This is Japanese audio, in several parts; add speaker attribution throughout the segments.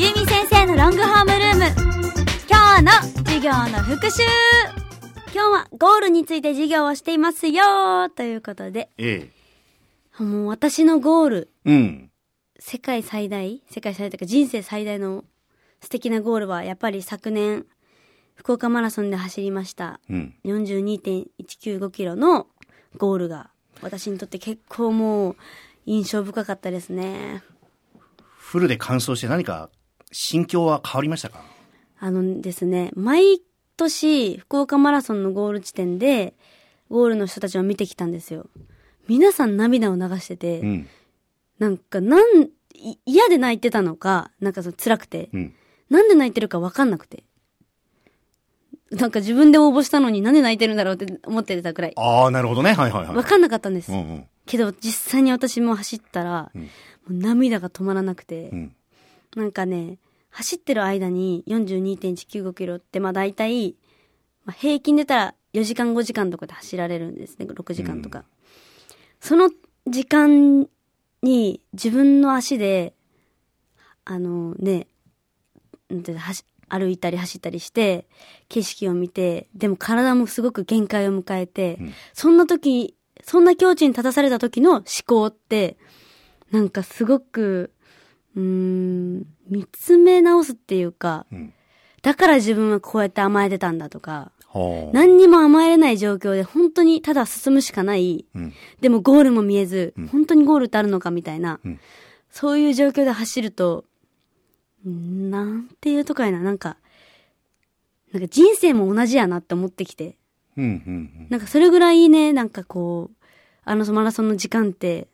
Speaker 1: ロングホームルーム今日の授業の復習今日はゴールについて授業をしていますよということで、
Speaker 2: え
Speaker 1: もう私のゴール、
Speaker 2: え。うん。
Speaker 1: 世界最大世界最大というか人生最大の素敵なゴールはやっぱり昨年福岡マラソンで走りました
Speaker 2: うん。
Speaker 1: 42.195キロのゴールが私にとって結構もう印象深かったですね。
Speaker 2: フルで完走して何か心境は変わりましたか
Speaker 1: あのですね、毎年福岡マラソンのゴール地点でゴールの人たちを見てきたんですよ。皆さん涙を流してて、
Speaker 2: うん。
Speaker 1: なんかなん、い嫌で泣いてたのか、なんかその辛くて
Speaker 2: う、ん。
Speaker 1: なんで泣いてるかわかんなくて。なんか自分で応募したのになんで泣いてるんだろうって思ってたくらい。
Speaker 2: ああ、なるほどね。はいはいはい。
Speaker 1: わかんなかったんです。
Speaker 2: うんうん。
Speaker 1: けど実際に私も走ったら、
Speaker 2: うん
Speaker 1: もう涙が止まらなくて、
Speaker 2: うん。
Speaker 1: なんかね走ってる間に42.195キロってまあ大体、まあ、平均で言ったら4時間5時間とかで走られるんですね6時間とか、
Speaker 2: うん
Speaker 1: その時間に自分の足であのねなんていうの走歩いたり走ったりして景色を見てでも体もすごく限界を迎えて、
Speaker 2: うん
Speaker 1: そんな時そんな境地に立たされた時の思考ってなんかすごくうーん見つめ直すっていうか
Speaker 2: うん。
Speaker 1: だから自分はこうやって甘えてたんだとか
Speaker 2: はあ。
Speaker 1: 何にも甘えれない状況で本当にただ進むしかない
Speaker 2: うん。
Speaker 1: でもゴールも見えず、
Speaker 2: うん
Speaker 1: 本当にゴールってあるのかみたいな、
Speaker 2: うん
Speaker 1: そういう状況で走ると、うんなんていうとかやな、なんか、なんか人生も同じやなって思ってきて、
Speaker 2: うん。うん。
Speaker 1: なんかそれぐらいね、なんかこう、あのマラソンの時間って、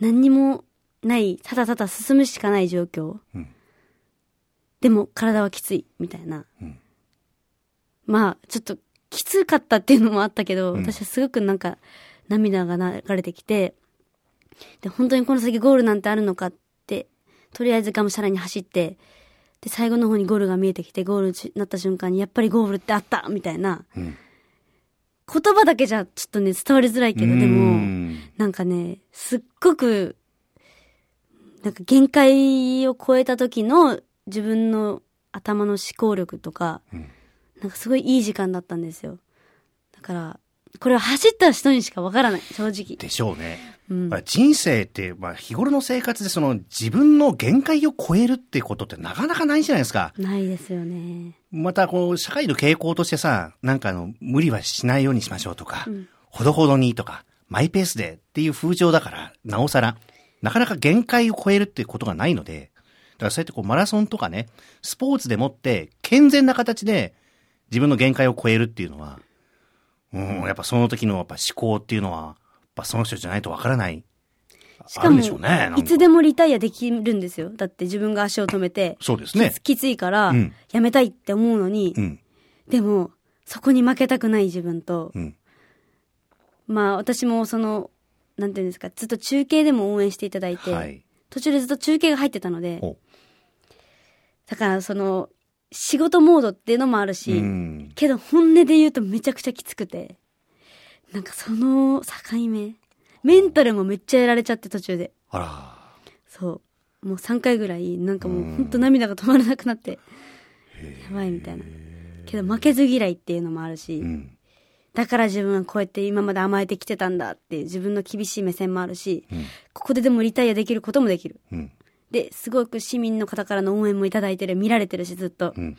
Speaker 1: 何にもない、ただただ進むしかない状況。
Speaker 2: うん。
Speaker 1: でも体はきつい、みたいな。
Speaker 2: うん
Speaker 1: まあ、ちょっときつかったっていうのもあったけど、
Speaker 2: うん
Speaker 1: 私はすごくなんか涙が流れてきて、で、本当にこの先ゴールなんてあるのかって、とりあえずがむしゃらに走って、で、最後の方にゴールが見えてきて、ゴールになった瞬間に、やっぱりゴールってあったみたいな。
Speaker 2: うん。
Speaker 1: 言葉だけじゃちょっとね、伝わりづらいけど、で
Speaker 2: う
Speaker 1: も、
Speaker 2: ん
Speaker 1: なんかね、すっごく、なんか限界を超えた時の自分の頭の思考力とか、
Speaker 2: うん
Speaker 1: なんかすごいいい時間だったんですよ。だから、これは走った人にしかわからない、正直。
Speaker 2: でしょうね。
Speaker 1: うん
Speaker 2: まあ人生って、まあ、日頃の生活でその自分の限界を超えるってことってなかなかないじゃないですか。
Speaker 1: ないですよね。
Speaker 2: また、こう、社会の傾向としてさ、なんかあの、無理はしないようにしましょうとか、
Speaker 1: うん
Speaker 2: ほどほどにとか、マイペースでっていう風潮だから、なおさら、なかなか限界を超えるってことがないので、だからそうやってこうマラソンとかね、スポーツでもって健全な形で自分の限界を超えるっていうのは、うん、やっぱその時のやっぱ思考っていうのは、やっぱその人じゃないとわからない。
Speaker 1: し
Speaker 2: あ
Speaker 1: か
Speaker 2: るん
Speaker 1: も、
Speaker 2: でしょうね。なんか
Speaker 1: いつでもリタイアできるんですよ。だって自分が足を止めて、
Speaker 2: そうですね
Speaker 1: き。つきついから
Speaker 2: うん、
Speaker 1: やめたいって思うのに、
Speaker 2: うん、
Speaker 1: でも、そこに負けたくない自分と、
Speaker 2: うん、
Speaker 1: まあ私もその、なんていうんですか、ずっと中継でも応援していただいて、
Speaker 2: はい。
Speaker 1: 途中でずっと中継が入ってたので
Speaker 2: お、
Speaker 1: だからその、仕事モードっていうのもあるし、
Speaker 2: うん。
Speaker 1: けど本音で言うとめちゃくちゃきつくて、なんかその境目、メンタルもめっちゃやられちゃって途中で、
Speaker 2: あら。
Speaker 1: そう、もう3回ぐらい、なんかも
Speaker 2: うん
Speaker 1: うほんと涙が止まらなくなって、やばいみたいな。けど負けず嫌いっていうのもあるし、
Speaker 2: うん、
Speaker 1: だから自分はこうやって今まで甘えてきてたんだっていう自分の厳しい目線もあるし、
Speaker 2: うん、
Speaker 1: ここででもリタイアできることもできる。
Speaker 2: うん、
Speaker 1: で、すごく市民の方からの応援もいただいてる、見られてるし、ずっと。
Speaker 2: うん。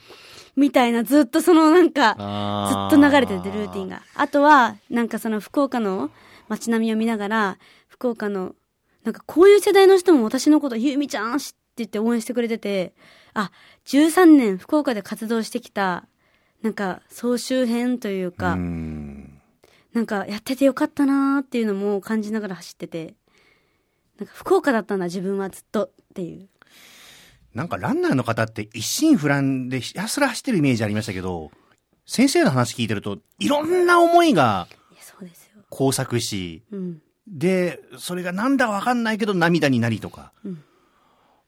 Speaker 1: みたいな、ずっとそのなんか、ず
Speaker 2: あ
Speaker 1: っと
Speaker 2: ー
Speaker 1: 流れてて、ルーティン。が。あとは、なんかその福岡の街並みを見ながら、福岡の、なんかこういう世代の人も私のこと、ゆうみちゃんしって言って応援してくれてて、あ、13年福岡で活動してきた、なんか総集編というか、
Speaker 2: うん。
Speaker 1: なんかやっててよかったなーっていうのも感じながら走ってて、なんか福岡だったんだ自分はずっとっていう。
Speaker 2: なんかランナーの方って一心不乱でひたすら走ってるイメージありましたけど、先生の話聞いてると、いろんな思いが
Speaker 1: いや、そうですよ。
Speaker 2: 交錯し、
Speaker 1: うん。
Speaker 2: で、それがなんだかわかんないけど涙になりとか。
Speaker 1: うん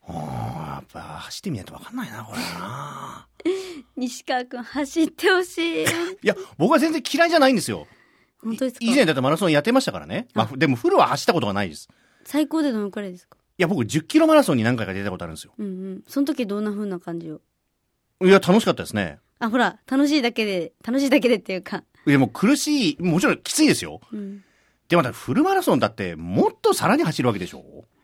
Speaker 2: あーやっぱ走ってみないとわかんないな、これな。
Speaker 1: 西川くん走ってほしい。
Speaker 2: いや、僕は全然嫌いじゃないんですよ。
Speaker 1: 本当ですか
Speaker 2: 以前だってマラソンやってましたからね。まあ、でもフルは走ったことがないです。
Speaker 1: 最高でどのくらいですか
Speaker 2: や、僕10キロマラソンに何回か出たことあるんですよ。
Speaker 1: うんうん。その時どんな風な感じを。
Speaker 2: いや、楽しかったですね。
Speaker 1: あ、ほら、楽しいだけで、楽しいだけでっていうか。
Speaker 2: いや、もう苦しい、もちろんきついですよ。
Speaker 1: うん。
Speaker 2: で、またフルマラソンだって、もっとさらに走るわけでしょ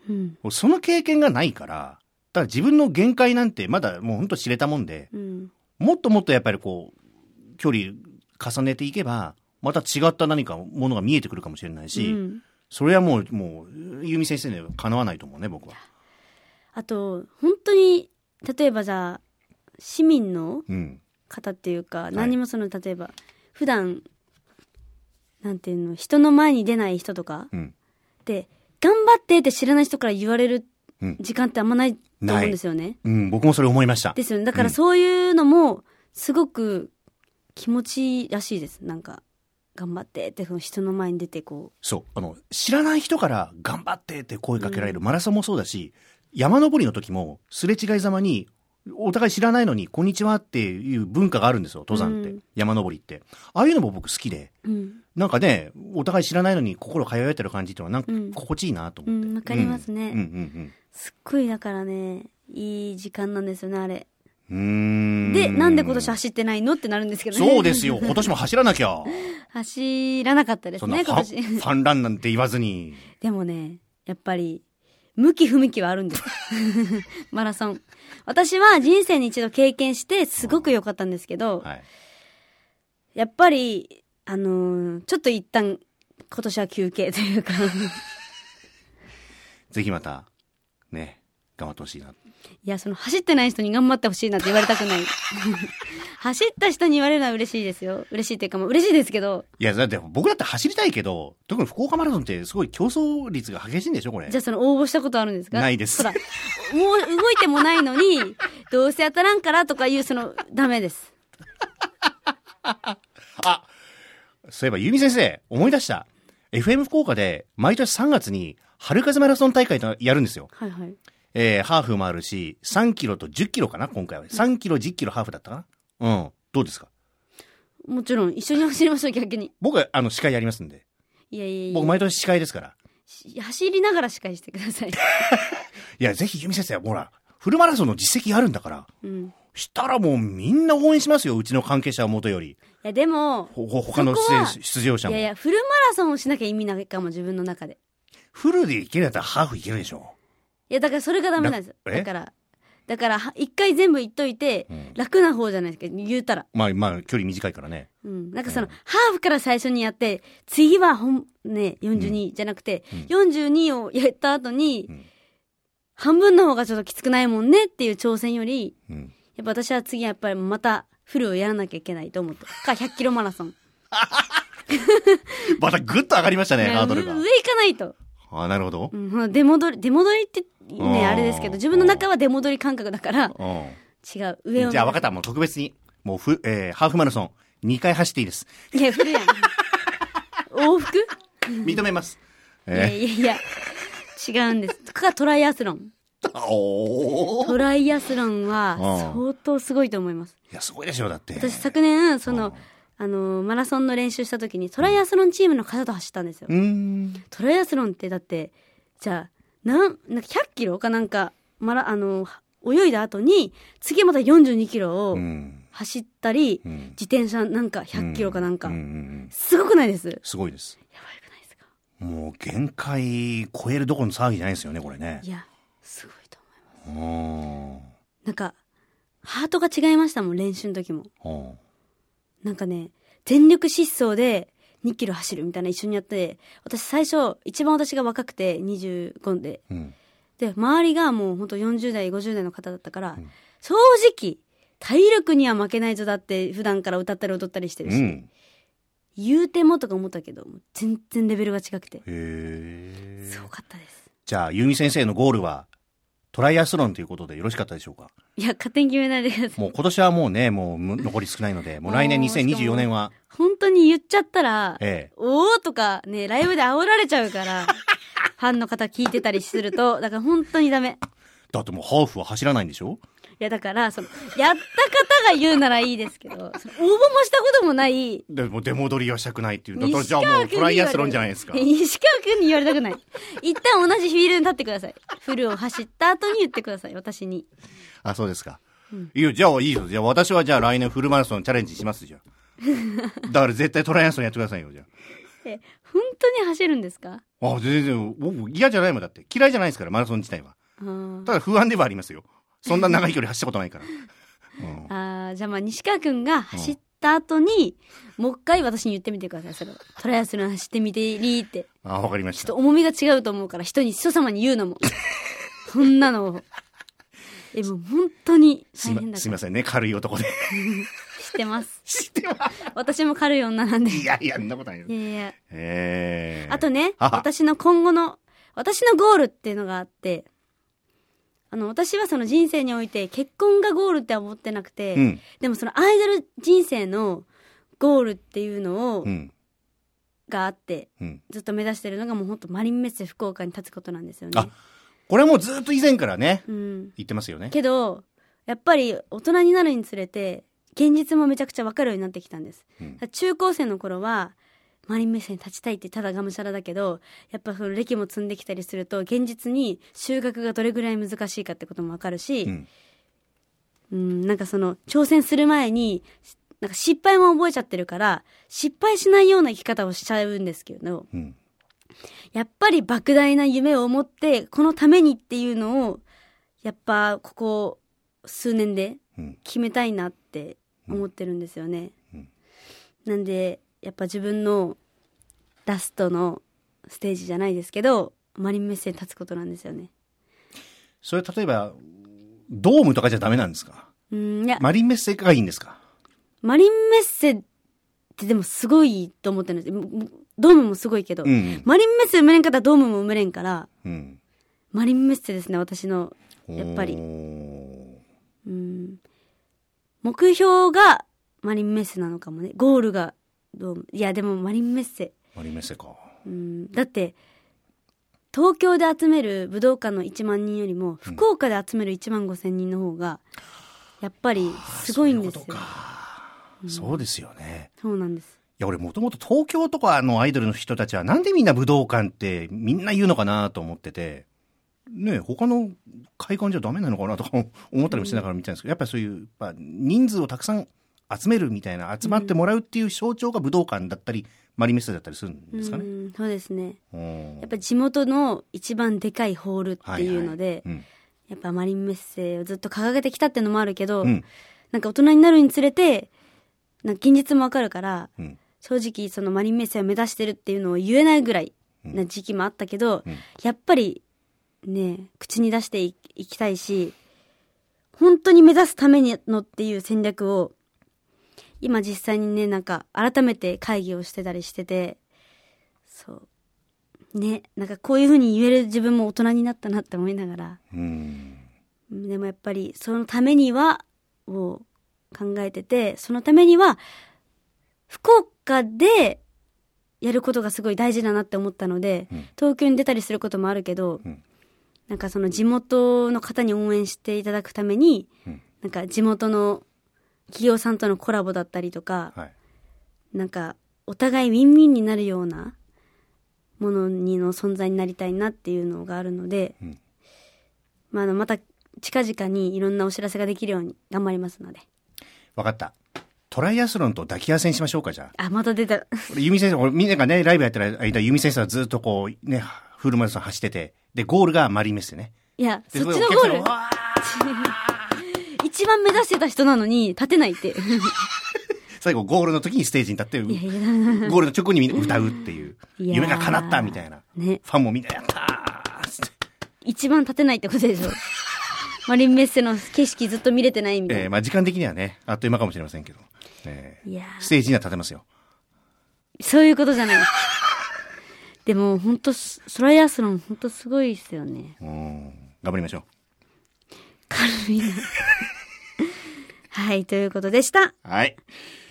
Speaker 1: うん。
Speaker 2: その経験がないから、だから自分の限界なんてまだもうほんと知れたもんで、
Speaker 1: うん。
Speaker 2: もっともっとやっぱりこう、距離重ねていけば、また違った何かものが見えてくるかもしれないうし、
Speaker 1: ん。
Speaker 2: それはもう、もう、ゆうみ先生にはかなわないと思うね、僕は。
Speaker 1: あと、本当に、例えばじゃあ、市民の
Speaker 2: うん。
Speaker 1: 方っていうか、何もその、例えば、普段、なんていうの、人の前に出ない人とか
Speaker 2: うん。
Speaker 1: で、頑張ってって知らない人から言われる
Speaker 2: うん
Speaker 1: 時間ってあんまないと思うんですよね。
Speaker 2: うん、僕もそれ思いました。
Speaker 1: ですよね。だ
Speaker 2: う
Speaker 1: から
Speaker 2: ん
Speaker 1: そういうのも、すごく気持ちいいらしいです。なんか、頑張ってって、その人の前に出てこ
Speaker 2: そう。あの、知らない人から頑張ってって声かけられる、マラソンもそうだし、山登りの時も、すれ違いざまに、お互い知らないのに、こんにちはっていう文化があるんですよ、登山って。
Speaker 1: うん
Speaker 2: 山登りって。ああいうのも僕好きで、
Speaker 1: う。うん。
Speaker 2: なんかね、お互い知らないのに心通えてる感じっていうのは、
Speaker 1: う
Speaker 2: なんんか心地いいなと
Speaker 1: う
Speaker 2: 思って。
Speaker 1: ん、わかりますね。
Speaker 2: うんうん
Speaker 1: すっごいだからね、いい時間なんですよね、あれ。
Speaker 2: うんうん。うーん
Speaker 1: で、なんで今年走ってないのってなるんですけどね。
Speaker 2: そうですよ、今年も走らなきゃ。
Speaker 1: 走らなかったです
Speaker 2: そんな
Speaker 1: ね、
Speaker 2: フ
Speaker 1: 今
Speaker 2: ァン、
Speaker 1: 年。
Speaker 2: ファンランなんて言わずに。
Speaker 1: でもね、やっぱり、向き不向きはあるん です。マラソン。私は人生に一度経験して、すごく良かったんですけど、
Speaker 2: はい。
Speaker 1: やっぱり、あのーちょっと一旦、今年は休憩という か、い
Speaker 2: ぜひまた、ね、頑張ってほしいな。
Speaker 1: や、その走ってない人に頑張ってほしいなんて言われたくない。走った人に言われるのは嬉しいですよ。嬉しいっていうか、まあ嬉しいですけど、
Speaker 2: いや、だって僕だって走りたいけど、特に福岡マラソンってすごい競争率が激しいんでしょ、これ。
Speaker 1: じゃあその応募したことあるんですか
Speaker 2: ないです
Speaker 1: ほら、もう動いてもないのに、どうせ当たらんからとかいう、その、ダメです。
Speaker 2: そういえば、ゆうみ先生、思い出した。FM 福岡で、毎年3月に、春風マラソン大会とやるんですよ。
Speaker 1: はいはい。
Speaker 2: えー、ハーフもあるし、3キロと10キロかな、今回は。3キロ、10キロハーフだったかな。うん。どうですか
Speaker 1: もちろん、一緒に走りましょう、逆に。
Speaker 2: 僕は、あの、司会やりますんで。
Speaker 1: いやいやいや。
Speaker 2: 僕、毎年司会ですから。
Speaker 1: し走りながら司会してください。
Speaker 2: いや、ぜひ、ゆうみ先生、ほら、フルマラソンの実績があるんだから、
Speaker 1: うん。い
Speaker 2: したらもうみんな応援しますよ、うちの関係者はもとより。
Speaker 1: や、でも、
Speaker 2: ほ、ほ、他の
Speaker 1: そこは
Speaker 2: 出演出場者
Speaker 1: い
Speaker 2: も
Speaker 1: やい。や、フルマラソンをしなきゃ意味ないかも、自分の中で。
Speaker 2: フルでいけるやったらハーフいけるでしょ。
Speaker 1: いや、だからそれがダメなんです。
Speaker 2: らえ
Speaker 1: だから、だから、は一回全部言っといて、
Speaker 2: うん
Speaker 1: 楽な方じゃないですか、言うたら。
Speaker 2: まあまあ、距離短いからね。
Speaker 1: うん。なんかその、
Speaker 2: うん
Speaker 1: ハーフから最初にやって、次は本、ね、42じゃなくて、42をやった後に、
Speaker 2: うん
Speaker 1: 半分の方がちょっときつくないもんねっていう挑戦より、
Speaker 2: うん。
Speaker 1: やっぱ私は次はやっぱりまた、フルをやらなきゃいけないと思った。か、100キロマラソン。
Speaker 2: またぐっと上がりましたね、
Speaker 1: ね
Speaker 2: ハードルが
Speaker 1: 上。行かないと。
Speaker 2: あなるほど
Speaker 1: う。んほら、出戻り、出戻りって
Speaker 2: う
Speaker 1: ね、
Speaker 2: ん
Speaker 1: あれですけど、自分の中は出戻り感覚だから、
Speaker 2: う
Speaker 1: 違う、上を。
Speaker 2: ん。じゃあ分かった、もう特別に、もうふ、えーハーフマラソン、2回走っていいです。
Speaker 1: た。いや、フルや ん。往復
Speaker 2: 認めます。
Speaker 1: いや
Speaker 2: え
Speaker 1: いやいや、違うんです。ここがトライアスロン。
Speaker 2: ー、おー
Speaker 1: トライアスロンは
Speaker 2: うん
Speaker 1: 相当すごいと思います。
Speaker 2: いや、すごいでしょ、だって。
Speaker 1: 私昨年、その
Speaker 2: うん、
Speaker 1: あの、マラソンの練習した時にトライアスロンチームの方と走ったんですよ
Speaker 2: う。ーん。
Speaker 1: トライアスロンってだって、じゃあ、なん、なんか100キロかなんか、マラ、あの、泳いだ後に、次また42キロ
Speaker 2: う
Speaker 1: を
Speaker 2: ん。
Speaker 1: 走ったり、
Speaker 2: うん
Speaker 1: 自転車なんか100キロかなんか
Speaker 2: うう。ん
Speaker 1: すごくないです。やば
Speaker 2: すごいです。
Speaker 1: くないですか
Speaker 2: もう限界超えるどころの騒ぎじゃないですよね、これね
Speaker 1: い。や、すごいと思います。
Speaker 2: うん。うん
Speaker 1: なんか、ハートが違いましたもん、練習の時も。なんかね、全力疾走で2キロ走るみたいな一緒にやって、私最初、一番私が若くて25で、
Speaker 2: うん。
Speaker 1: で、周りがもうほんと40代、50代の方だったから、
Speaker 2: ん
Speaker 1: 正直、体力には負けないぞだって普段から歌ったり踊ったりしてる
Speaker 2: う
Speaker 1: し、
Speaker 2: ん。
Speaker 1: 言うてもとか思ったけど、もう全然レベルが違くて
Speaker 2: へ、え。
Speaker 1: すごかったです。
Speaker 2: じゃあ、ゆみ先生のゴールは、トライアスロンということでよろしかったでしょうか
Speaker 1: いや、勝手に決めないでください。
Speaker 2: もう今年はもうね、もうむ残り少ない ので、もう来年
Speaker 1: もう
Speaker 2: 2024年は、
Speaker 1: 本当に言っちゃったら、
Speaker 2: ええ。
Speaker 1: おーとかね、ライブで煽られちゃうから、ファンの方聞いてたりすると、だから本当にダメ。
Speaker 2: だってもうハーフは走らないんでしょ
Speaker 1: いや、だから、その、やった方が言うならいいですけど、その応募もしたこともない、
Speaker 2: でもう出戻りはしたくないっていう。だったら
Speaker 1: 西
Speaker 2: じゃ
Speaker 1: 川君
Speaker 2: あもう
Speaker 1: に
Speaker 2: ト
Speaker 1: 言わ
Speaker 2: ラ
Speaker 1: れ
Speaker 2: イアスロンじゃないですか。
Speaker 1: 西川君に言われたくない。一旦同じフィールドに立ってください。フルを走った後に言ってください、私に。
Speaker 2: あ、そうですか。いいよ、じゃあいいよ。じゃあ私はじゃあ来年フルマラソンチャレンジしますじゃん。だから絶対トライアスロンやってくださいよ、じゃ
Speaker 1: え、本当に走るんですか
Speaker 2: あ。あ、全然、僕嫌じゃないもんだって。嫌いじゃないですから、マラソン自体は。
Speaker 1: あー
Speaker 2: ただ不安ではありますよ。そんな長い距離走ったことないから。うん
Speaker 1: あーじゃあまあ、西川君が走った後に、もう一回私に言ってみてください、それは。トライアスロン走ってみてりーって。
Speaker 2: あ、わかりまし
Speaker 1: ちょっと
Speaker 2: た。
Speaker 1: 重みが違うと思うから人に人様に言う のもそんなのをえもう本当に
Speaker 2: す
Speaker 1: 大
Speaker 2: い
Speaker 1: 変
Speaker 2: ま
Speaker 1: だ
Speaker 2: す
Speaker 1: か
Speaker 2: い
Speaker 1: ら
Speaker 2: ませんね、軽い男で。
Speaker 1: 知ってます
Speaker 2: 知ってます。
Speaker 1: 私も軽い女なんでい
Speaker 2: いやいや、そんなことないよ。
Speaker 1: やいや
Speaker 2: えー。
Speaker 1: あとね
Speaker 2: あは
Speaker 1: 私の今後の私のゴールっていうのがあってあの私はその人生において結婚がゴールっては思ってなくて、
Speaker 2: うん。
Speaker 1: でもそのアイドル人生のゴールっていうのを、
Speaker 2: うん。
Speaker 1: があって
Speaker 2: うん。
Speaker 1: ずっと目指してるのがもうほんとマリンメッセ福岡に立つことなんですよね
Speaker 2: あ、これもずっと以前からね、
Speaker 1: うん
Speaker 2: 言ってますよね。
Speaker 1: けどやっぱり大人になるにつれて現実もめちゃくちゃ分かるようになってきたんです、
Speaker 2: うん
Speaker 1: 中高生の頃はマリンメッセに立ちたいってただがむしゃらだけどやっぱその歴も積んできたりすると現実に修学がどれぐらい難しいかってことも分かるし、
Speaker 2: うん。
Speaker 1: うん、なんかその挑戦する前になんか失敗も覚えちゃってるから失敗しないような生き方をしちゃうんですけど
Speaker 2: うん。
Speaker 1: やっぱり莫大な夢を持ってこのためにっていうのをやっぱここ数年で
Speaker 2: うん。
Speaker 1: 決めたいなって思ってるんですよね。
Speaker 2: うん
Speaker 1: なんでやっぱ自分のラストのステージじゃないですけどマリンメッセに立つことなんですよね。
Speaker 2: それ例えば、ドームとかじゃダメなんですか
Speaker 1: うんいや、
Speaker 2: マリンメッセがいいんですか
Speaker 1: マリンメッセってでもすごいと思ってるんですももドームもすごいけど、
Speaker 2: うん。
Speaker 1: マリンメッセ埋めれんかったらドームも埋めれんから
Speaker 2: うん。
Speaker 1: マリンメッセですね私のやっぱり
Speaker 2: おー
Speaker 1: うん目標がマリンメッセなのかもねゴールがドームいやでもマリンメッセ
Speaker 2: マリンメッセか。
Speaker 1: うんだって東京で集める武道館の1万人よりも福岡で集める1万5千人の方がやっぱりすごいんですよ
Speaker 2: そういうことかそうですよね。
Speaker 1: そうなんです
Speaker 2: いや、俺もともと東京とかのアイドルの人たちは、なんでみんな武道館ってみんな言うのかなと思ってて、ねえ他の会館じゃダメなのかなとか思ったりもしながら見てたんですけど、やっぱりそういう、やっぱ人数をたくさん集めるみたいな、集まってもらうっていう象徴が武道館だったり、マリンメッセだったりするんですか
Speaker 1: う
Speaker 2: ね。
Speaker 1: んそうですね
Speaker 2: や
Speaker 1: やっぱ地元の一番でかいホールっていうので、
Speaker 2: うん
Speaker 1: やっぱマリンメッセをずっと掲げてきたっていうのもあるけど、
Speaker 2: うん
Speaker 1: なんか大人になるにつれてなんか現実もわかるから
Speaker 2: うん
Speaker 1: 正直そのマリンメッセを目指してるっていうのを言えないぐらいな時期もあったけど、
Speaker 2: うん
Speaker 1: やっぱりね口に出していいきたいし本当に目指すためにのっていう戦略を今実際にねなんか改めて会議をしてたりしててそうねなんかこういうふうに言える自分も大人になったなって思いながら
Speaker 2: うん
Speaker 1: でもやっぱりそのためにはを考えててそのためには福岡でやることがすごい大事だなって思ったので、
Speaker 2: うん
Speaker 1: 東京に出たりすることもあるけど、
Speaker 2: うん
Speaker 1: なんかその地元の方に応援していただくために、
Speaker 2: うん
Speaker 1: なんか地元の企業さんとのコラボだったりとか、
Speaker 2: はい
Speaker 1: なんかお互いウィンウィンになるようなものにの存在になりたいなっていうのがあるので、
Speaker 2: うん
Speaker 1: まあ、あのまた近々にいろんなお知らせができるように頑張りますので
Speaker 2: わかった。トライアスロンと抱き合わせにしましょうか、じゃあ。
Speaker 1: あまた出た
Speaker 2: 俺、ユミ先生、俺みんながね、ライブやってる間、ユミ先生はずっとこう、ね、フルマラソン走ってて、で、ゴールがマリンメッセね。
Speaker 1: いや
Speaker 2: で
Speaker 1: そっちのゴール
Speaker 2: お客さんがわ
Speaker 1: 一番目指してた人なのに立てないって
Speaker 2: 最後、ゴールの時にステージに立って、ゴ
Speaker 1: いや
Speaker 2: ールの直後にみんな歌うっていう。
Speaker 1: いやー
Speaker 2: 夢が叶ったみたいな。
Speaker 1: ね
Speaker 2: ファンもみんな、やったーっつって。
Speaker 1: 一番立てないってことでしょマリンメッセの景色ずっと見れてないみたい
Speaker 2: え
Speaker 1: な、
Speaker 2: ーまあ時間的にはね、あっという間かもしれませんけど。えー
Speaker 1: いやー
Speaker 2: ステージには立てますよ。
Speaker 1: そういうことじゃないでも本当トライアスロン本当すごいですよね
Speaker 2: うん。頑張りましょう。
Speaker 1: 軽いなはいということでした
Speaker 2: はい。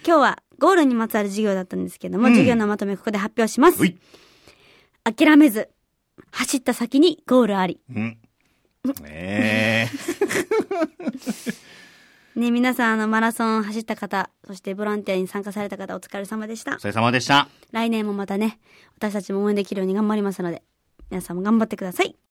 Speaker 1: 今日はゴールにまつわる授業だったんですけども、
Speaker 2: うん
Speaker 1: 授業のまとめここで発表します
Speaker 2: ほい。
Speaker 1: 諦めず走った先にゴールあり
Speaker 2: うん。ねえ。
Speaker 1: ね、皆さん、あの、マラソン走った方、そしてボランティアに参加された方、お疲れ様でした
Speaker 2: お。疲れ様でした。
Speaker 1: 来年もまたね、私たちも応援できるように頑張りますので、皆さんも頑張ってください。